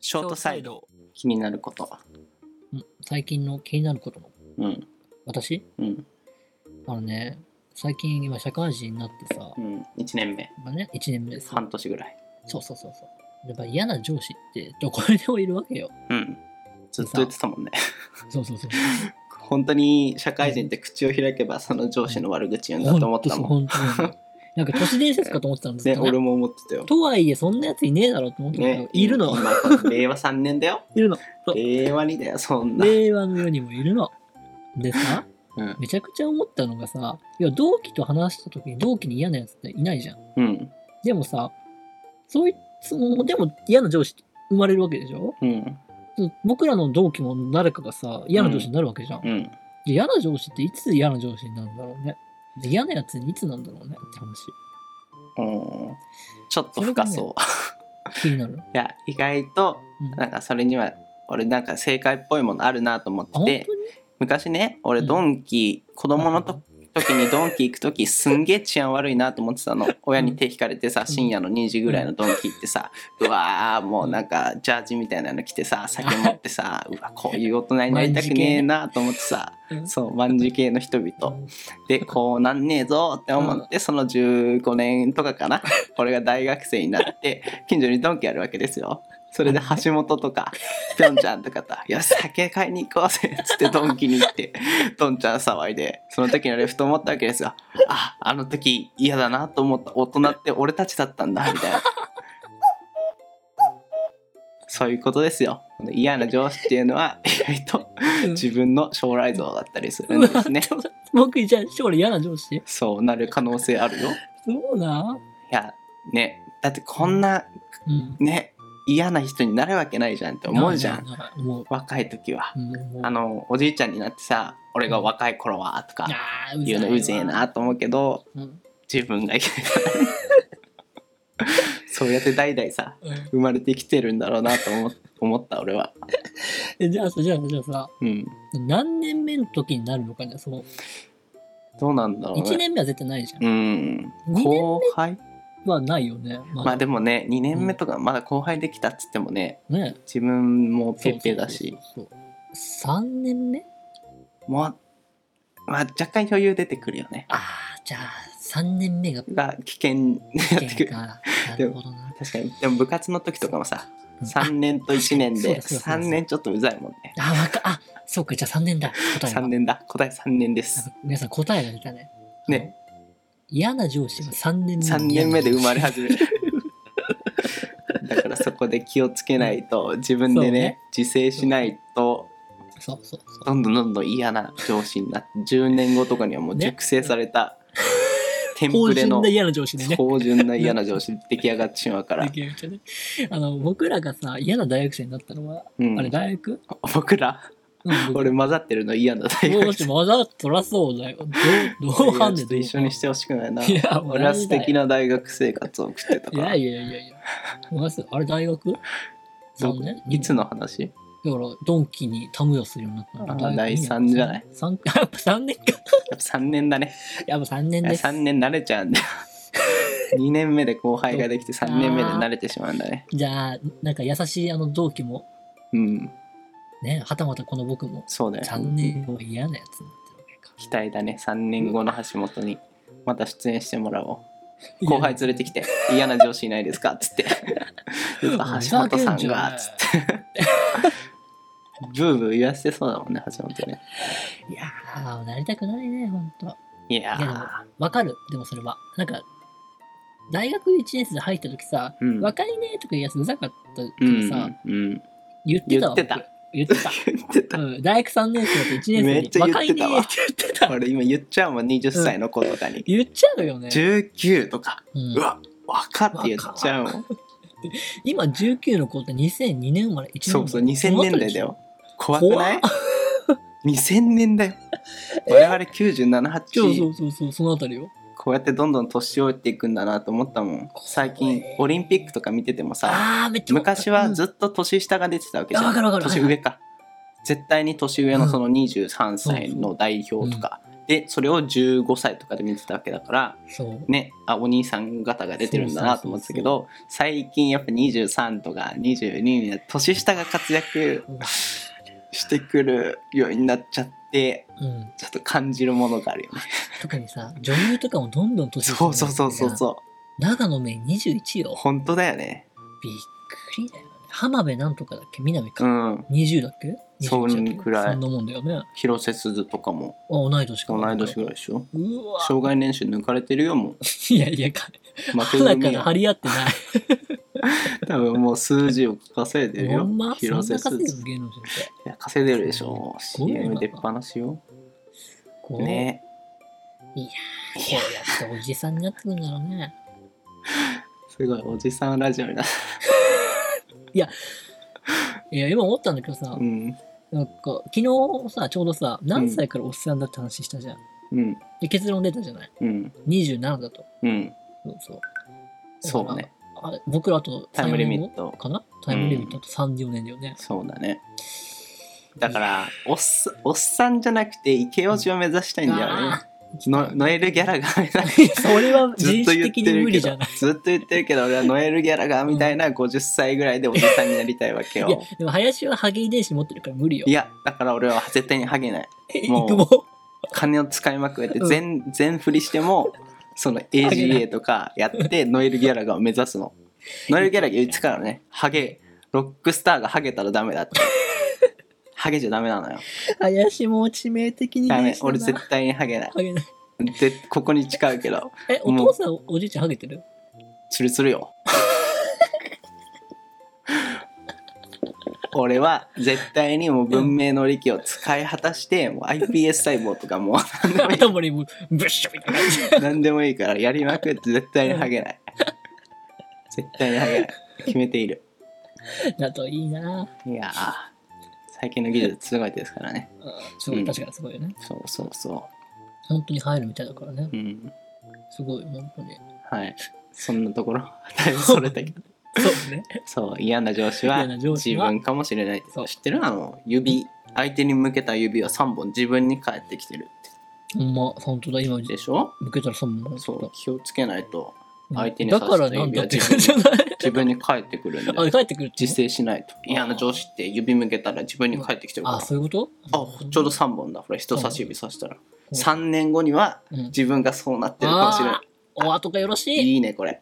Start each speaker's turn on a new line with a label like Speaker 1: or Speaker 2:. Speaker 1: ショートサイド
Speaker 2: ド。
Speaker 1: 気になること
Speaker 2: うん最近の気になることの。
Speaker 1: うん
Speaker 2: 私
Speaker 1: うん
Speaker 2: あのね、最近今社会人になってさ、やっ
Speaker 1: うん1年目
Speaker 2: ぱね、1年目です。
Speaker 1: 半年ぐらい
Speaker 2: そうそうそうそう。やっぱ嫌な上司ってどこにでもいるわけよ。
Speaker 1: うんずっと言ってたもんね
Speaker 2: そうそうそう。
Speaker 1: 本当に社会人って口を開けばその上司の悪口言うんだと思ったもん
Speaker 2: ん。本当に。なんか都市伝説かと思ってたんです
Speaker 1: ね
Speaker 2: けど、
Speaker 1: 俺も思ってたよ
Speaker 2: とはいえ、そんなやついねえだろうと思ってたけど、
Speaker 1: ね
Speaker 2: いるの。
Speaker 1: 今令和3年だよ
Speaker 2: いるの。そう
Speaker 1: 令和にだよそんな
Speaker 2: 令和の世にもいるの。でさ、
Speaker 1: うん
Speaker 2: めちゃくちゃ思ったのがさ、いや、同期と話した時に同期に嫌なやつっていないじゃん。
Speaker 1: うん
Speaker 2: でもさ、そいつも、でも嫌な上司って生まれるわけでしょ
Speaker 1: うん
Speaker 2: そう僕らの同期も誰かがさ、嫌な上司になるわけじゃん。
Speaker 1: うん
Speaker 2: で嫌な上司っていつ嫌な上司になるんだろうね。で嫌なやつにいつなんだろうねって話。
Speaker 1: うんちょっと深そう
Speaker 2: 気になる。
Speaker 1: いや意外と
Speaker 2: う ん、
Speaker 1: なんかそれには俺なんか正解っぽいものあるなと思
Speaker 2: あ
Speaker 1: っ
Speaker 2: 本当
Speaker 1: て
Speaker 2: に
Speaker 1: て昔ね俺
Speaker 2: うん
Speaker 1: ドンキ、子供のと時にドンキ行く時すんげえ治安悪いなと思って たの親に手引かれてさ深夜の2時ぐらいのドンキ行ってさうわーもうなんかジャージみたいなの着てさ酒持って さうわこういう大人になりたくねえなと思ってさ
Speaker 2: うん
Speaker 1: そう万事系の人々でこうなんねえぞって思ってその15年とかかな 俺が大学生になって近所にドンキあるわけですよそれで橋本とかぴょんちゃんとかと「よし酒買いに行こうぜ」っつってドンキに行ってどんちゃん騒いでその時のレフト思ったわけですよああの時嫌だなと思った大人って俺たちだったんだみたいなそういうことですよ嫌な上司っていうのは意外と
Speaker 2: うん
Speaker 1: 自分の将来像だったりするんですね
Speaker 2: うわ僕じゃあ将来嫌な上司
Speaker 1: そうなる可能性ある よい
Speaker 2: そうな。
Speaker 1: やねだってこんな
Speaker 2: うん。
Speaker 1: ね嫌な人になるわけないじゃんって思うじゃん
Speaker 2: な。なな思う。
Speaker 1: 若い時は
Speaker 2: うん思う
Speaker 1: あのおじいちゃんになってさ俺が若い頃はとか
Speaker 2: あー
Speaker 1: 言うのうぜえな。と思うけど
Speaker 2: ざいわうん
Speaker 1: 自分がいけ ないそうやって代々さ
Speaker 2: うん
Speaker 1: 生まれてきてるんだろうなと思思った俺は
Speaker 2: えじゃあさ、じゃあさ、じゃあさ、
Speaker 1: うん
Speaker 2: 何年目の時になるのかね。その
Speaker 1: どうなんだろう
Speaker 2: 1
Speaker 1: ね
Speaker 2: 年目は絶対ないじゃん。
Speaker 1: うん
Speaker 2: 二年目
Speaker 1: 後輩
Speaker 2: はないよね。
Speaker 1: まあでもね2年目とかまだ後輩できたっつってもね
Speaker 2: もね。
Speaker 1: 自分もペッペだし
Speaker 2: そうそうそうそう。3年目
Speaker 1: もう、まあ、若干余裕出てくるよね
Speaker 2: ああ、じゃあ3年目が
Speaker 1: が危険になってく
Speaker 2: 限
Speaker 1: る
Speaker 2: か。なるほどな。
Speaker 1: 確かにでも部活の時とかもさ
Speaker 2: うん
Speaker 1: 3年と1年
Speaker 2: そう
Speaker 1: で
Speaker 2: だそうだそうだ
Speaker 1: 3年ちょっとうざいもんね
Speaker 2: あ、わか、あ、そうか、じゃあ3年だ。答えは
Speaker 1: 3。年だ答え3年です
Speaker 2: 皆さん答えが出たね。
Speaker 1: ね
Speaker 2: 嫌な上司は3年目
Speaker 1: 3年目で生まれ始める だからそこで気をつけないと自分
Speaker 2: そ
Speaker 1: で
Speaker 2: う
Speaker 1: ね
Speaker 2: ね
Speaker 1: 自制しないと
Speaker 2: そうそうそう
Speaker 1: どんどんどんどん嫌な上司になって10年後とかにはもう
Speaker 2: ね
Speaker 1: 熟成され たテン
Speaker 2: 芳
Speaker 1: プレ
Speaker 2: 醇
Speaker 1: の
Speaker 2: な嫌な上司でね
Speaker 1: 芳醇な嫌な上司出来上がってしまうから
Speaker 2: で、きるじゃねあの僕らがさ嫌な大学生になったのは、
Speaker 1: うん
Speaker 2: あれ大学、
Speaker 1: 僕ら
Speaker 2: うん、僕
Speaker 1: 俺混ざってるの嫌な大
Speaker 2: どう
Speaker 1: 学
Speaker 2: し
Speaker 1: 生
Speaker 2: てもわざとらそうだよどうど
Speaker 1: いや
Speaker 2: う判
Speaker 1: ちょ
Speaker 2: で
Speaker 1: っと一緒にしてほしくないない
Speaker 2: や
Speaker 1: 俺は素敵な大学生活を送ってた
Speaker 2: い
Speaker 1: から
Speaker 2: やいやいやいやお前さあれ大学
Speaker 1: ど
Speaker 2: 3年
Speaker 1: いつの話
Speaker 2: だからドンキにタムヤするようになった
Speaker 1: あ
Speaker 2: の
Speaker 1: 第三じゃない
Speaker 2: 三 やっぱ3年か
Speaker 1: やっぱ3年だね
Speaker 2: やっぱ3年です
Speaker 1: 3年慣れちゃうんだ よ2年目で後輩ができて3年目で慣れてしまうんだね
Speaker 2: じゃあなんか優しいあの同期も
Speaker 1: うん
Speaker 2: ねはたまたこの僕も
Speaker 1: そうだよ
Speaker 2: 3年後は嫌なやつになってるわけか
Speaker 1: 期待だね3年後の橋本にまた出演してもらおう後輩連れてきて「嫌な上司いないですか?」っ つって「でさ橋本さんが」っつってブーブー言わせてそうだもんね橋本ね
Speaker 2: いやー、なりたくないね、ほんと。
Speaker 1: いや
Speaker 2: いや
Speaker 1: ー
Speaker 2: わかる、でもそれは。なんか、大学1年生で入った時さ、
Speaker 1: うん
Speaker 2: 若いねとか言うやつうざかった
Speaker 1: う
Speaker 2: 時さ、
Speaker 1: んうん
Speaker 2: 言ってた
Speaker 1: 言っ
Speaker 2: わ。
Speaker 1: てた
Speaker 2: 僕。言って た。
Speaker 1: 言ってた
Speaker 2: うん、大学3年生だと1
Speaker 1: めっ
Speaker 2: 年
Speaker 1: ち
Speaker 2: 生
Speaker 1: ゃ言
Speaker 2: に若
Speaker 1: っ
Speaker 2: い
Speaker 1: て
Speaker 2: ね
Speaker 1: た
Speaker 2: っ
Speaker 1: わ
Speaker 2: て言ってた。
Speaker 1: 俺今言っちゃうもん20歳の子とかに、
Speaker 2: 言っちゃうよね。
Speaker 1: 19とか
Speaker 2: うん
Speaker 1: うわ若って言っちゃうもん
Speaker 2: 今19の子って2002年生まれ、1年生
Speaker 1: そ
Speaker 2: まれ
Speaker 1: うそう2000年代だ。よ怖く
Speaker 2: 後
Speaker 1: ない 2000年だよ我々978
Speaker 2: そうそうそうそう、そのあたりよ。
Speaker 1: こうやってどんどん年老いていくんだなと思ったもん最近オリンピックとか見ててもさ
Speaker 2: あー、めっちゃ
Speaker 1: 昔は
Speaker 2: っ
Speaker 1: ずっと年下が出てたわけじゃ
Speaker 2: うんわかるわ
Speaker 1: ん
Speaker 2: かる
Speaker 1: 年上か絶対に年上のその23歳の代表とかでそれを15歳とかで見てたわけだから
Speaker 2: そう。
Speaker 1: ねあお兄さん方が出てるんだなと思ってたけど最近やっぱ23とか22になって年下が活躍
Speaker 2: うわ
Speaker 1: してくるようになっちゃって
Speaker 2: うん。
Speaker 1: ちょっと感じるものがあるよね。
Speaker 2: 特にさ、女優とかもどんどん年
Speaker 1: そうそうそうそう
Speaker 2: う。
Speaker 1: そ
Speaker 2: 長野め21
Speaker 1: う
Speaker 2: よ。
Speaker 1: 本当だよね。
Speaker 2: びっくりだよね。浜辺なんとかだっけ南
Speaker 1: う
Speaker 2: か。
Speaker 1: ん
Speaker 2: 20だっけ
Speaker 1: そんくらい
Speaker 2: そんなもんだよね。あ、
Speaker 1: 広瀬すずとかも
Speaker 2: 同い年か。
Speaker 1: 同い年ぐらいでしょ
Speaker 2: うわ
Speaker 1: 障害年収抜かれてるよもう
Speaker 2: いやいや、か
Speaker 1: 負け
Speaker 2: 花か
Speaker 1: 組
Speaker 2: ら張
Speaker 1: や
Speaker 2: り合ってない。
Speaker 1: 多分もう数字を稼いでる
Speaker 2: ほ
Speaker 1: よ
Speaker 2: んまそん
Speaker 1: 広瀬
Speaker 2: な
Speaker 1: す
Speaker 2: 稼いで
Speaker 1: ず
Speaker 2: る芸能人って。
Speaker 1: いや稼いでるでしょ
Speaker 2: すごいよ
Speaker 1: CM 出っ放しよ
Speaker 2: こう、
Speaker 1: ね
Speaker 2: こうやっておじさんになってくるんだろうね。
Speaker 1: すごいおじさんラジオになっ
Speaker 2: いや、今思ったんだけどさ
Speaker 1: た、うん
Speaker 2: なんか、昨日さ、ちょうどさ、何歳からおっさんだって話したじゃん。
Speaker 1: うん
Speaker 2: で、結論出たじゃない。
Speaker 1: うん
Speaker 2: 27だと。
Speaker 1: うん
Speaker 2: そうそう。
Speaker 1: そうね
Speaker 2: あれ僕らあと
Speaker 1: タイムリミット
Speaker 2: 3年後かなタイムリミットあと34年だよね。
Speaker 1: そうだねだからおっさおっさんじゃなくてイケオジを目指したいんだよね
Speaker 2: あ
Speaker 1: ノノエルギャラが目 指し
Speaker 2: ーそれは
Speaker 1: ず
Speaker 2: 人
Speaker 1: っと
Speaker 2: 種
Speaker 1: 言っ
Speaker 2: 的
Speaker 1: て
Speaker 2: に
Speaker 1: る
Speaker 2: 無
Speaker 1: け
Speaker 2: 理じゃ
Speaker 1: ど
Speaker 2: ない。
Speaker 1: ずっと言ってるけど俺はノエル・ギャラガーみたいな50歳ぐらいでおじさんになりたいわけ
Speaker 2: いや
Speaker 1: よ。、
Speaker 2: でも林はハゲ遺伝子持ってるから無理よ
Speaker 1: い。やだから俺は絶対にハゲない。
Speaker 2: え
Speaker 1: もう
Speaker 2: 育毛
Speaker 1: 金を使いまくって
Speaker 2: うん
Speaker 1: 全,、全振りしてもその
Speaker 2: ゲない
Speaker 1: AGA とかや ってノエル・ギャラガーを目指すの。ノエル・ギャラガー言ってたからねハゲロックスターがハゲたらダメだ って。ハゲじゃダメなのよ。
Speaker 2: 林も致命的に遺
Speaker 1: ダ
Speaker 2: 伝
Speaker 1: メ
Speaker 2: 子だな
Speaker 1: 俺絶対にハゲない。
Speaker 2: ハゲない。
Speaker 1: でここに誓うけど
Speaker 2: え、お父さん、おじいちゃんハゲてる
Speaker 1: ツルツル よ俺は絶対にもう文明の利器を使い果たしてもう iPS 細胞とかもう何でもいい
Speaker 2: 頭にもうブッシュみたいな感じ。
Speaker 1: 何でもいいからやりまくって絶対にハゲない絶対にハゲない決めている
Speaker 2: だといいない
Speaker 1: やー最近の技術すごいですからね
Speaker 2: うんすごい、確かにすごいよね。
Speaker 1: そうそうそ
Speaker 2: 本当に入るみたいだからね。
Speaker 1: ううん
Speaker 2: すごい、本当に。
Speaker 1: はいそんなところだいぶそれたけど
Speaker 2: そうね。
Speaker 1: そう嫌な上司は
Speaker 2: 嫌な上司
Speaker 1: 自
Speaker 2: は
Speaker 1: 分かもしれないって
Speaker 2: そう
Speaker 1: 知ってるあの指相手に向けた指は3本自分に返ってきてる
Speaker 2: ほんま、本当だ、今、
Speaker 1: でしょ
Speaker 2: 向けたらそうもん
Speaker 1: そう気をつけないと
Speaker 2: うん
Speaker 1: 相手に
Speaker 2: だ
Speaker 1: 刺
Speaker 2: から
Speaker 1: した
Speaker 2: なん
Speaker 1: 指
Speaker 2: だ
Speaker 1: は
Speaker 2: って
Speaker 1: 自
Speaker 2: 感
Speaker 1: 分
Speaker 2: じじゃない。
Speaker 1: 自分に返ってくるんで
Speaker 2: あ、帰ってくるって
Speaker 1: 自制しないと嫌な上司って指向けたら自分に返ってきてるか
Speaker 2: あ、
Speaker 1: ら
Speaker 2: そういうこと
Speaker 1: あちょうど3本だほら人差し指さしたら
Speaker 2: うん
Speaker 1: 3年後には
Speaker 2: うん
Speaker 1: 自分がそうなってるかもしれな
Speaker 2: あーお後がよろし
Speaker 1: い
Speaker 2: い。
Speaker 1: いいねこれ